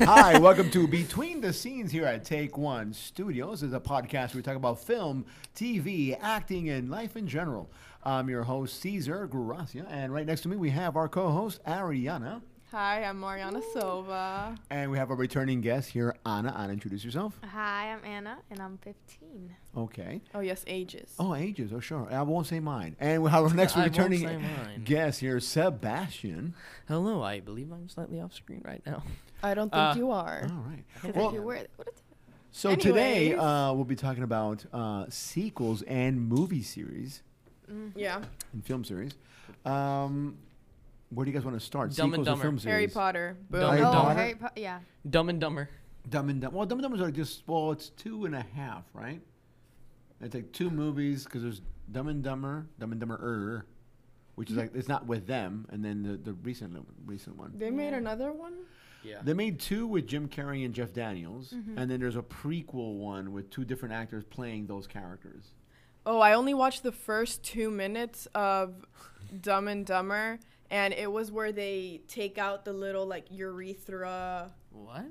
Hi, welcome to Between the Scenes here at Take One Studios. This is a podcast where we talk about film, TV, acting, and life in general. I'm your host, Cesar Gracia, and right next to me we have our co-host, Ariana. Hi, I'm Mariana Silva. And we have a returning guest here, Anna. Anna, introduce yourself. Hi, I'm Anna, and I'm 15. Okay. Oh yes, ages. Oh, ages. Oh, sure. I won't say mine. And we have our next I won't returning say mine. guest here, Sebastian. Hello, I believe I'm slightly off screen right now. I don't think Ah. Uh, you are. All right. Because Oh. Well- if you were, what is So today Anyways. uh, we'll be talking about uh, sequels and movie series Mm-hmm. yeah, and film series. Um, where do you guys want to start? Dumb and sequels Dumber. film Harry series. Potter. Boom. Dumb oh, and Dumber. Harry Po- yeah. Dumb and Dumber. Dumb and Dumb. Well, Dumb and Dumbers are just well, it's two and a half, right? It's like two movies because there's Dumb and Dumber, Dumb and Dumber, which is like it's not with them, and then the the recent recent one. They made another one. Yeah. They made two with Jim Carrey and Jeff Daniels, and then there's a prequel one with two different actors playing those characters. Oh, I only watched the first two minutes of Dumb and Dumber, and it was where they take out the little like urethra What?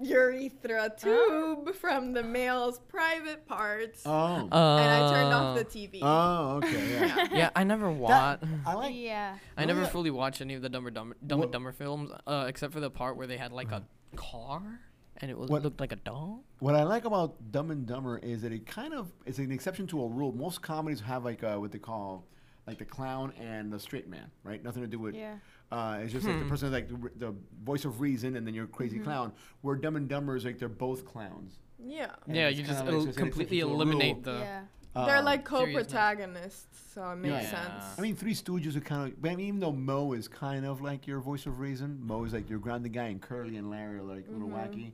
urethra tube from the male's private parts, Oh. and I turned off the TV. Oh, okay. Yeah. Uh, yeah, I never watched. That- I like. Yeah. I never yeah. fully watched any of the Dumber Dumber Dumb What- and Dumber films, uh, except for the part where they had like a car and it was What- looked like a dog. What I like about Dumb and Dumber is that it kind of is an exception to a rule. Most comedies have like uh what they call like the clown and the straight man, right? Nothing to do with. Yeah. Uh, it's just Hmm. like the person is like the, r- the voice of reason, and then you're a crazy clown. Where Dumb and Dumber is like they're both clowns. Yeah, And yeah, it's you kinda just like el- just an completely exception to a eliminate rule. the. yeah. they're Um, like seriousness. co-protagonists, so it makes Yeah. sense. I mean, Three Stooges are kind of. but I mean, even though Mo is kind of like your voice of reason, Mo is like your grounded guy, and Curly and Larry are like a little wacky.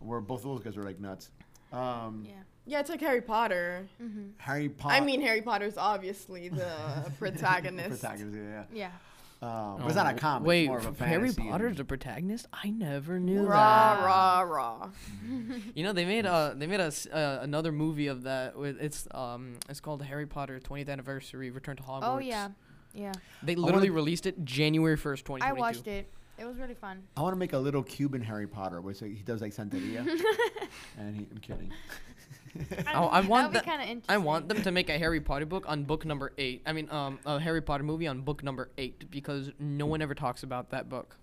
Where both of those guys are like nuts. Um, Yeah. yeah, it's like Harry Potter. Harry Potter. I mean, Harry Potter's obviously the protagonist. protagonist. Yeah, yeah. Yeah. Um, but it's not a Oh, comic. Wait, it's more of a f- Harry fantasy and- Potter's the protagonist? I never knew Rah that. rah rah. You know they made uh they made a s- uh, another movie of that. with- It's um it's called Harry Potter 20th Anniversary Return to Hogwarts. Oh, yeah. Yeah. They wanna- literally released it January 1st, 2022. I watched it. It was really fun. I want to make a little Cuban Harry Potter, which like, he does like Santeria. and he, I'm kidding. I, Oh, I That'd want be that. kind of interesting. I want them to make a Harry Potter book on book number eight. I mean, um, a Harry Potter movie on book number eight because no one ever talks about that book.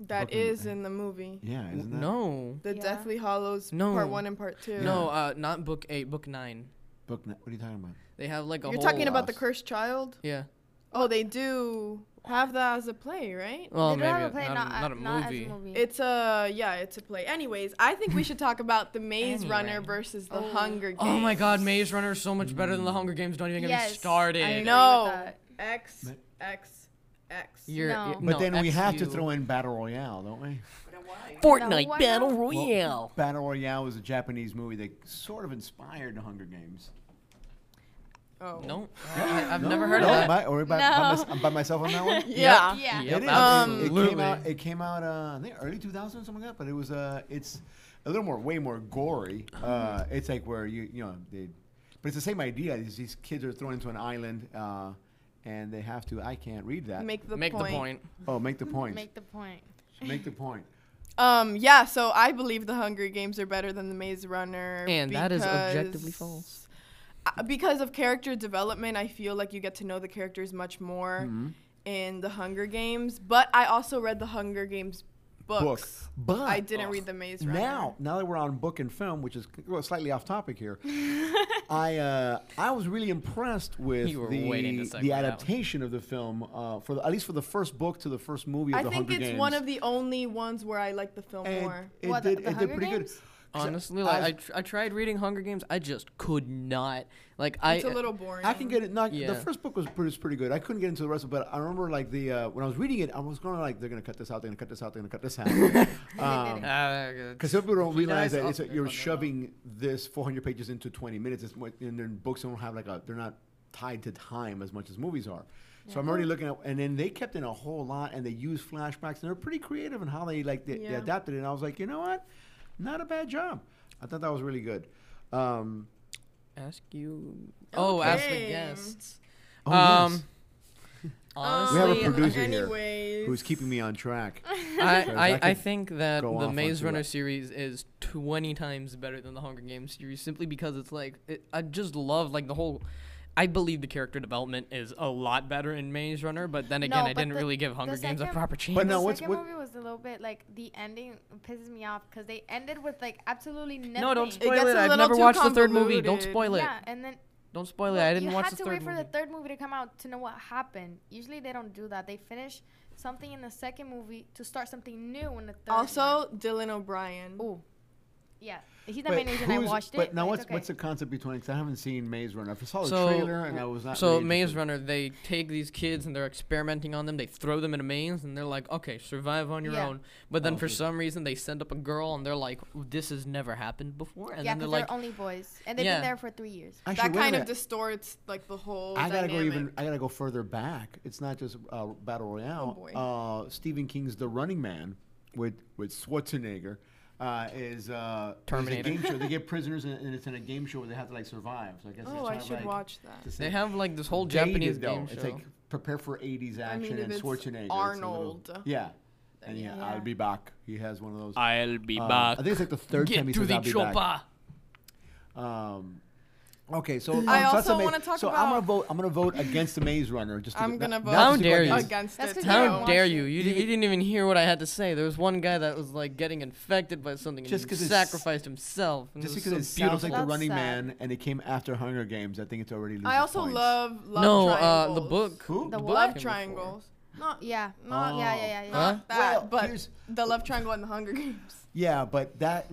That Welcome is in the movie. Yeah, isn't that? No, The Yeah. Deathly Hollows No. Part One and Part Two. no, uh, not book eight, book nine. Book. ni- What are you talking about? They have like a. You're whole, uh, talking about the house. cursed child? Yeah. Oh, they do have that as a play, right? Well, they oh, maybe don't have a play, not, not, a, not a as movie. a movie. It's a yeah, it's a play. Anyways, I think we should talk about the Maze Anyway. Runner versus the Hunger Games. Oh my God, Maze Runner is so much better than The Hunger Games. Don't even get Yes, me started. I know. No. that. X X X. You're, No. you- But then we F have to you. throw in Battle Royale, don't we? Fortnite why Battle Oh, not? Well, Battle Royale was a Japanese movie that sort of inspired the Hunger Games. Oh. No, I, I've No? never heard No? of Am that. I, or am I- No. am I- I'm by myself on that one? Yeah. Yeah. Yep, It is. absolutely. it came out. It came out. Uh, I think early 2000 or something like that. But it was. Uh, it's a little more, way more gory. Uh-huh. Uh, it's like where you, you know, they. But it's the same idea. Is these kids are thrown into an island, uh, and they have to. I can't read that. Make the Make point. the point. oh, make the point. Make, Make the point. the point. Um, yeah, so I believe the Hunger Games are better than the Maze Runner. And that is objectively because- false. uh, Because of character development, I feel like you get to know the characters much more Mm-hmm. in the Hunger Games. But I also read the Hunger Games books. Book. But I didn't read the Maze Runner. now, now that we're on book and film, which is well, slightly off topic here, I uh, I was really impressed with You were waiting to the, segue the that one. adaptation of the film uh, for the, at least for the first book to the first movie of I the think Hunger it's Games. one of the only ones where I like the film And more. It What, the- did. the it did Hunger pretty good. Games? Honestly, like I- I, tr- I tried reading Hunger Games, I just could not. Like I, It's a little boring. I can get it. Not Yeah. the first book was pretty, was pretty good. I couldn't get into the rest of, it, but I remember like the uh, when I was reading it, I was going to like they're gonna cut this out, they're gonna cut this out, they're gonna cut this out. Um, because because some people don't realize Uh, guys- that it's oh, a, they're you're on their shoving this 400 pages into 20 minutes, it's, what- and then books don't have like a they're not tied to time as much as movies are. So I'm already looking at, and then they kept in a whole lot, and they used flashbacks, and they're pretty creative in how they like they, they Yeah. adapted it. And I was like, you know what, not a bad job. I thought that was really good. Um, ask you. Oh, ask the Okay. guests. Oh, um, yes. We have a Honestly, producer here anyways. Who's keeping me on track? Sorry, I, I, that I could think that go the off Maze onto Runner that. series is 20 times better than the Hunger Games series simply because it's like it, I just love like the whole I believe the character development is a lot better in Maze Runner, but then No, again I but didn't the- really give the Hunger Games a second- proper chance. But the no, what's- second what- movie was a little bit like the ending pisses me off because they ended with like absolutely nothing. no, don't gets spoil it. a I've little never too watched the third movie. Don't convoluted. spoil it. Yeah, and then Don't spoil it. Well, I didn't you watch had the to third wait for movie. the third movie to come out to know what happened. Usually they don't do that. They finish something in the second movie to start something new in the third. also Dylan O'Brien. oh, yeah, he's the But main reason I who's- watched But it. now, it's what's okay. what's the concept between? Because I haven't seen Maze Runner. I saw Oh, the So- trailer and I was not. So really Maze interested. Runner, they take these kids and they're experimenting on them. They throw them in a maze and they're like, "Okay, survive on your Yeah. own." But then Oh, for okay. some reason, they send up a girl and they're like, "This has never happened before." And yeah, then they're because like, they're only boys, and they've Yeah. been there for three years. Actually, that wait a kind of minute. distorts like the whole. I gotta dynamic. go even. I gotta go further back. It's not just uh, battle royale. Oh, boy. uh, Stephen King's The Running Man with with Schwarzenegger uh, is uh, is a Terminator. game show. They get prisoners and, and it's in a game show where they have to like survive. So I guess it's Oh, I kind of, should like, watch that. it's the They same- have like this whole dated, Japanese though. game It's show. like prepare for '80s action mean, if and it's Schwarzenegger. It's a little- Arnold. yeah, and yeah, Yeah. I'll be back. He has one of those. I'll be Uh, I think it's like the third time he says I'll be back. Um, okay, so um, I so that's also ama- wanna talk so I'm about- gonna vote. I'm gonna vote against the Maze Runner. Just to I'm not- gonna not vote to How see dare what it you. is. against That's it. 'cause you though. How watch dare it. you? You, you didn't even hear what I had to say. There was one guy that was like getting infected by something Just and 'cause he it's- sacrificed himself. And Just it was because it so sounds beautiful. like the That's Running sad. Man and it came after Hunger Games, I think it's already. I loses also points. love love no, uh, triangles. the book. Who? The book what? came Love before. triangles. Not Yeah, Not Oh. yeah, yeah, yeah, yeah. Huh? that, Well, but here's- the love triangle and the Hunger Games. Yeah, but that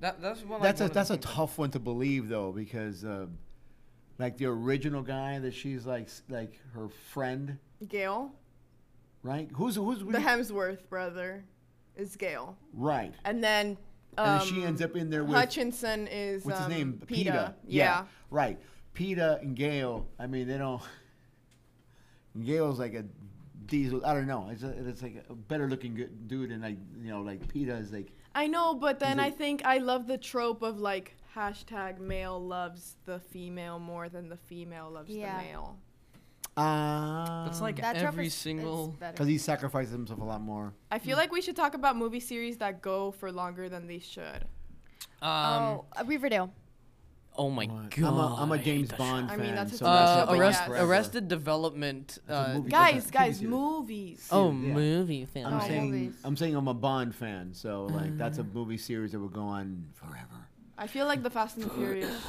That, that's one, like, that's a one of that's the a tough one to believe though because uh, like the original guy that she's like s- like her friend, Gail, right? Who's who's the Hemsworth brother, is Gail, right? and then um, And she ends up in there with Hutchinson is what's um, his name? Peta. Yeah. Yeah. Right. Peta and Gail. I mean, they don't. Gail's like a diesel. I don't know. It's a, it's like a better looking good dude, and like you know, like Peta is like I know, but then Is I it- think I love the trope of like hashtag male loves the female more than the female loves Yeah. the male. ah. That's like That trope every is- it's single. better. because he sacrifices himself a lot more. I feel like we should talk about movie series that go for longer than they should. Um, oh, uh, Riverdale. oh my What? god. I'm a, I'm a I hate James that Bond I fan. mean, that's a so tough that's Uh, show, like but arrest, Oh, yes. forever. Arrested Development. a Uh, movie. Guys, TV guys, series. movies. oh, Yeah. movie film. I'm Oh, saying movies. I'm saying I'm a Bond fan, so like that's Uh. a movie series that would go on forever. I feel like the Fast and the Furious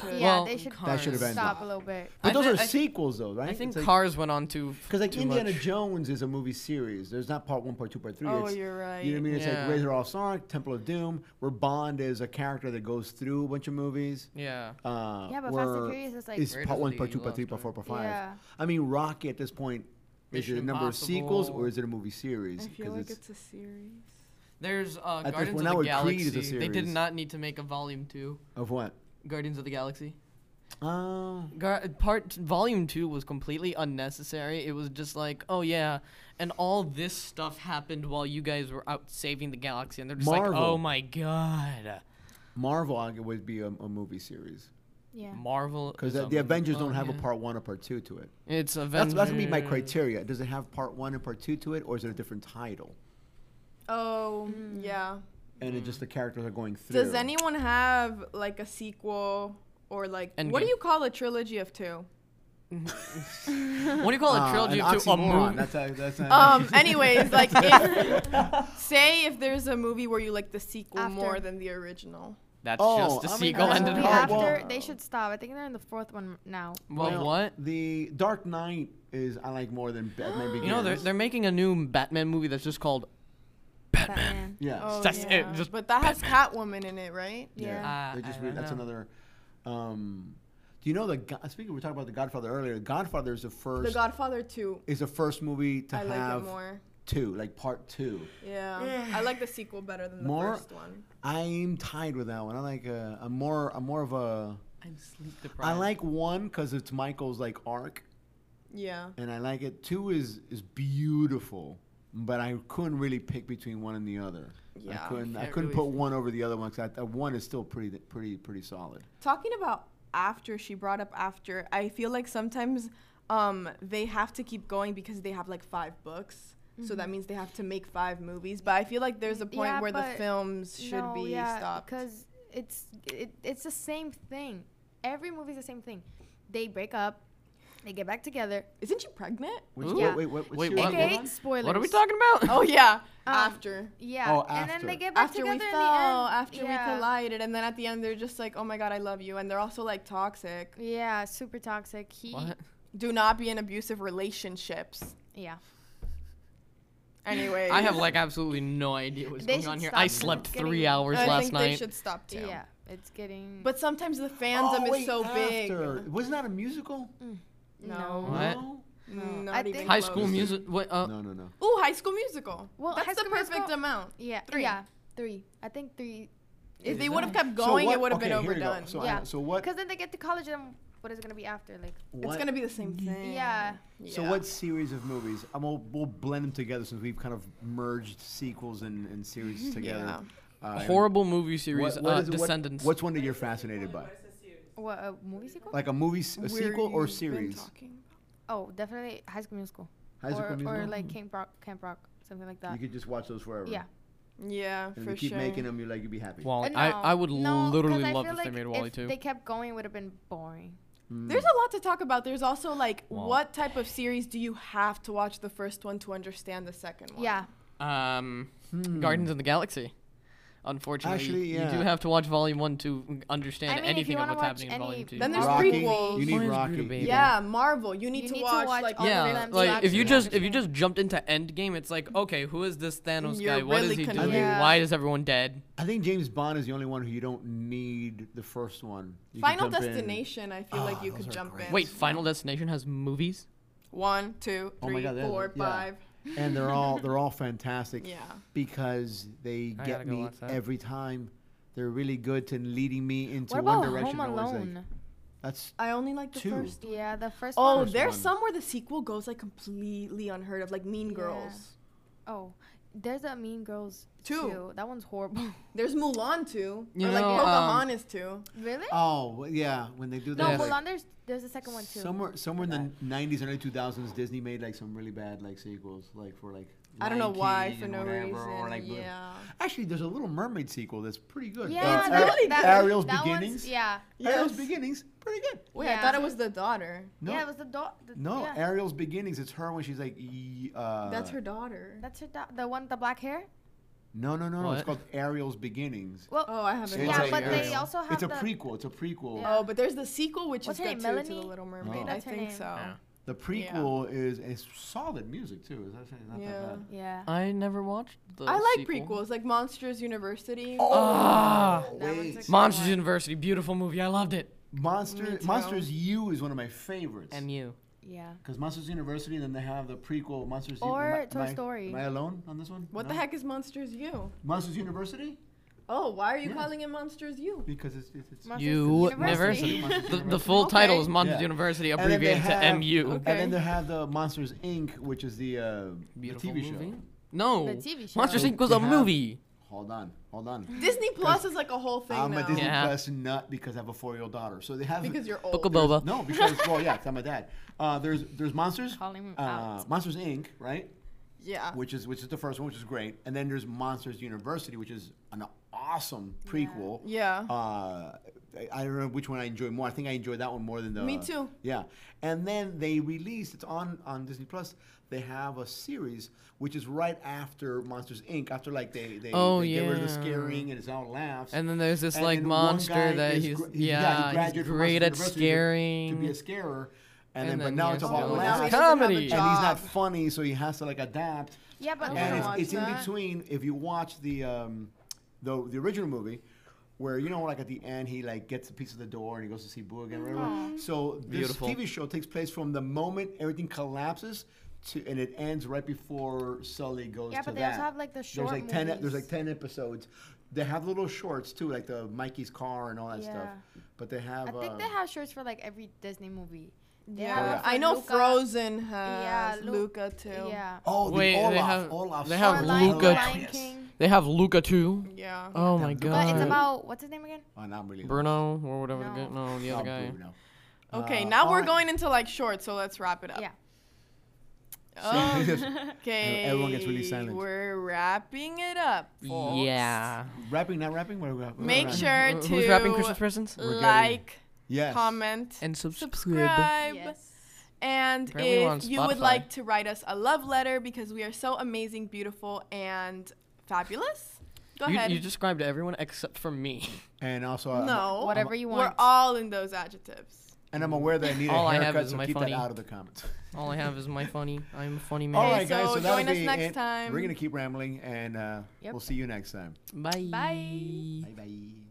should. Oh, Yeah, Well, they should That should have ended. stop a little bit. But I those thi- are I- sequels, though, right? I think It's like- Cars went on too. Because like too Indiana much. Jones is a movie series. There's not part one, part two, part three. Oh, it's, you're right. You know what I mean? It's Yeah. like Razor All Sonic, Temple of Doom, where Bond is a character that goes through a bunch of movies. Yeah. Uh, Yeah, but Fast and where Furious is like- is Where part does one, the part two, part love three, part story- four, part five. Yeah. I mean, Rocky at this point is it a Mission number of sequels Impossible. or is it a movie series? I feel 'Cause like it's a series. There's uh, this Guardians point, of now the with Creed Galaxy. is a They did series. not need to make a volume two. of what? Guardians of the Galaxy. Oh, Gar- part volume two was completely unnecessary. It was just like, oh yeah, and all this stuff happened while you guys were out saving the galaxy, and they're just like, Marvel. oh my god, Marvel I g- would be a, a movie series Yeah. Marvel. because is the, a the mo- Avengers oh, don't have a yeah. part one or part two to it. It's That's Avengers. that's gonna be my criteria. Does it have part one and part two to it, or is it a different title? Oh, yeah. And it just the characters are going through. Does anyone have like a sequel or like what Endgame. do you call a trilogy of two? What do you call a Uh, trilogy an of two? A oxymoron. movie. That's a, that's a, Um. Anyways, like if say if there's a movie where you like the sequel After. more than the original. That's Oh, just a I mean, sequel that's and what an we have art. to- after Well- uh, they should stop. I think they're in the fourth one now. Well, what? The Dark Knight is I like more than Batman Begins. You know, they're they're making a new Batman movie that's just called. Batman. yeah. Oh, That's it, yeah. just but that has Catwoman in it, right? Yeah. Uh, they just I re- don't that's know. another. Um, do you know the Go- speaking? We were talking about the Godfather earlier. The Godfather is the The first Godfather two. is the first movie to I like it have more. two, like part two. Yeah. I like the sequel better than the More? first one. I'm tied with that one. I like a, I'm more I'm more of a I'm sleep I deprived. like one because it's Michael's like arc, Yeah. and I like it. Two is is beautiful, but I couldn't really pick between one and the other. I Yeah, couldn't. I can't couldn't really- put one over the other one because one is still pretty pretty pretty solid. Talking about after she brought up after, I feel like sometimes um, they have to keep going because they have like five books. So that means they have to make five movies. But I feel like there's a point Mm-hmm. where Yeah, the but films should No, be yeah, stopped. because it's it, it's the same thing. Every movie's the same thing. They break up, they get back together. Isn't she pregnant? Which, Ooh. wait, Yeah. wait, what, Wait, series what? was Okay, that? spoilers. What are we talking about? Oh yeah, Um, after. Yeah, Oh, and after. then they get back After we together fell, in the after end. yeah. we collided, and then at the end they're just like, "Oh my god, I love you," and they're also like toxic. Yeah, super toxic. He. What? Do not be in abusive relationships. Yeah. Anyway, I have like absolutely no idea what's They going should on here. stop I because it's slept three getting- hours I last think they night. should stop too. Yeah, it's getting. But sometimes the fandom Oh, is wait, so After. Mm, big. Wasn't that a musical? no. No. What? No, No. Not I even think- High School close. Music. What? Oh. Uh, no, no, no. Ooh, High School Musical. Well, that's High the School perfect Musical- amount. Yeah. Three. Yeah. Three. I think three. If they Yeah. would have kept So going, what- it would have okay, been here we go. overdone. So, I- Yeah. so what? Because then they get to college and what is it gonna be after? Like. what it's gonna be the same thing. Yeah. So Yeah. what series of movies? Um, we'll, we'll blend them together since we've kind of merged sequels and, and series together. Uh, horrible movie and series. what- what uh, is- what- Descendants. what's one that you're fascinated by? What a movie sequel? Like a movie, s- a Where sequel or you've been series? talking. oh, definitely High School Musical. High School or, Musical? or like Camp Rock, Camp Rock, something like you that. could just watch those forever. Yeah. Yeah, And if for you keep sure. making them, you like you'd be happy. Wally? Uh, I, no. I would No, 'cause literally I love feel if they like made Wally if too. They kept going, it would have been boring. Mm. There's a lot to talk about. There's also like, Wow. what type of series do you have to watch the first one to understand the second one? Yeah. Um, Hmm. Guardians of the Galaxy. Unfortunately, Actually, you yeah. do have to watch Volume One to understand I mean, if anything you of wanna what's watch happening in any- Volume Two. Then there's Rocky. prequels. You need Orange Rocky. Beauty, baby. Yeah, Marvel. You need, You to, need to watch, watch like all of all yeah, of them. to like if you actually just if you understand. just jumped into Endgame, it's like okay, who is this Thanos You're guy? What really does he confused. do? Yeah. Why is everyone dead? I think James Bond is the only one who you don't need the first one. You can Final jump in. Destination. I feel like Ah, you those could are jump great. in. Wait, Final Destination has movies. One, two, Oh my three, God, that- four, yeah. five. and they're all they're all fantastic. Yeah. because they I gotta get go me watch that. every time. They're really good to leading me into what one about direction. Home I was like, Alone? That's I only like the Two. first. yeah, the first Oh, one. First there's one. some where the sequel goes like completely unheard of, like Mean Yeah. Girls. Oh, there's a Mean Girls Two. two. That one's horrible. There's Mulan too, You or like know, um, Pocahontas too. really? oh well, yeah, when they do no, that. there's Mulan. like, There's there's a second one too. somewhere somewhere in the '90s and early 2000s, Disney made like some really bad like sequels, like for like. I don't know Lion why King for and no whatever, reason. or, like, Blue- yeah. Actually, there's a Little Mermaid sequel that's pretty good. Yeah, Uh, It's that, really that- good. Ariel's that one's- Beginnings? Yeah. Ariel's Yes. Beginnings, pretty good. Wait, I Yeah. thought it was the daughter. No, Yeah, it was the dog. The, no, yeah. Ariel's Beginnings. It's her when she's like. y- Uh, That's her daughter. That's her. Do- the one with the black hair. No, no, no, no. It's What? called Ariel's Beginnings. Well, Oh, I haven't. It's like yeah, watched but it. they Ariel. also have It's a the. prequel. It's a prequel. Yeah. Oh, but there's the sequel, which What's is her good name, too, to the Melanie? Oh. Little Mermaid. I That's her think name. so. Yeah. The prequel is is solid music too. It's actually not Yeah. that bad. Yeah. I never watched. the I like sequel. prequels, like Monsters University. Oh. Ah, That one's like- Monsters University, beautiful movie. I loved it. Monster Me too. Monsters U is one of my favorites. And you. Yeah. Because Monsters University, then they have the prequel Monsters. U- Or am Toy I- Story. Am I alone on this one? What the No? heck is Monsters U? Monsters University? Oh, why are you Yeah. calling it Monsters U? Because it's it's. it's Monsters You University. University. The, the full title Okay. is Monsters Yeah. University, And then they abbreviated to have- MU. Okay. And then they have the Monsters Inc., which is the, uh, the Beautiful TV movie. show. No. Oh. The TV show. Monsters They- Inc. was they a have- movie. Hold on, hold on. Disney Plus is like a whole thing I'm now. a Disney Yeah. Plus nut because I have a four-year-old daughter. So they have Because you're Book of old. Boba. No, because well, yeah, it's not my dad. Uh, there's there's Monsters, Calling him uh, out. Monsters Inc. Right, Yeah. which is which is the first one, which is great, and then there's Monsters University, which is an awesome prequel. Yeah. Oh, Uh, I- I don't know which one I enjoy more. I think I enjoy that one more than the. Me too. Yeah, and then they released it's on on Disney Plus. They have a series which is right after Monsters Inc. After like they they, Oh, they get rid of the yeah. scaring and it's all laughs. And then there's this And like then one guy monster that is he's gr- he- yeah, graduated he's from Monsters great at University to- scaring. to be a scarer. And, And then, then but now he it's has to about do all laughs. that. And Comedy. he's not Job. funny, so he has to like adapt. Yeah, but wanna And then- it's, watch it's in that. between. If you watch the um, the the original movie, where you know, like at the end, he like gets a piece of the door and he goes to see Boog and Mm-hmm. whatever. So this Beautiful. TV show takes place from the moment everything collapses to and it ends right before Sully goes Yeah, to but they that. also have, like, the short There's like ten. e, There's movies. like ten episodes. They have little shorts too, like the Mikey's car and all that stuff. Yeah. But they have. I think uh, they have shirts for like every Disney movie. They Oh, Yeah. have Yeah. one for I know Luca. Frozen has Yeah, Lu- Luca too. Yeah. Oh, the Wait, they Olaf. have- Olaf. they Or have Lion, Luca. Lion Yes. King. They have Luca too. Yeah. Oh Yeah, my Luca. god. But it's about what's his name again? Oh, not really. Bruno or whatever the No. guy. No, the Not other guy. Bruno. Um, Okay, Uh, now we're I- going into like short, so let's wrap it up. Yeah. Oh, okay. Everyone gets really silent. We're wrapping it up. Folks. Yeah. Rapping, not rapping. What are we, what are we Make rapping? sure Who- Who's rapping to- Christmas presents? We're getting- Like, Yes. comment, And subscribe. subscribe. Yes. And Apparently we're on if you would Spotify. like to write us a love letter because we are so amazing, beautiful, and fabulous, go You, ahead. you described everyone except for me. And also, I'm- no, Whatever you Oh, We're want. all in those adjectives. and I'm aware that I need All a I have haircut, is so my keep funny- that out of the comments. All I have is my funny. I'm a funny All man. right, guys. So, so that'll join us be next it. time. We're gonna keep rambling, and uh, Yep. we'll see you next time. Bye. Bye. Bye bye.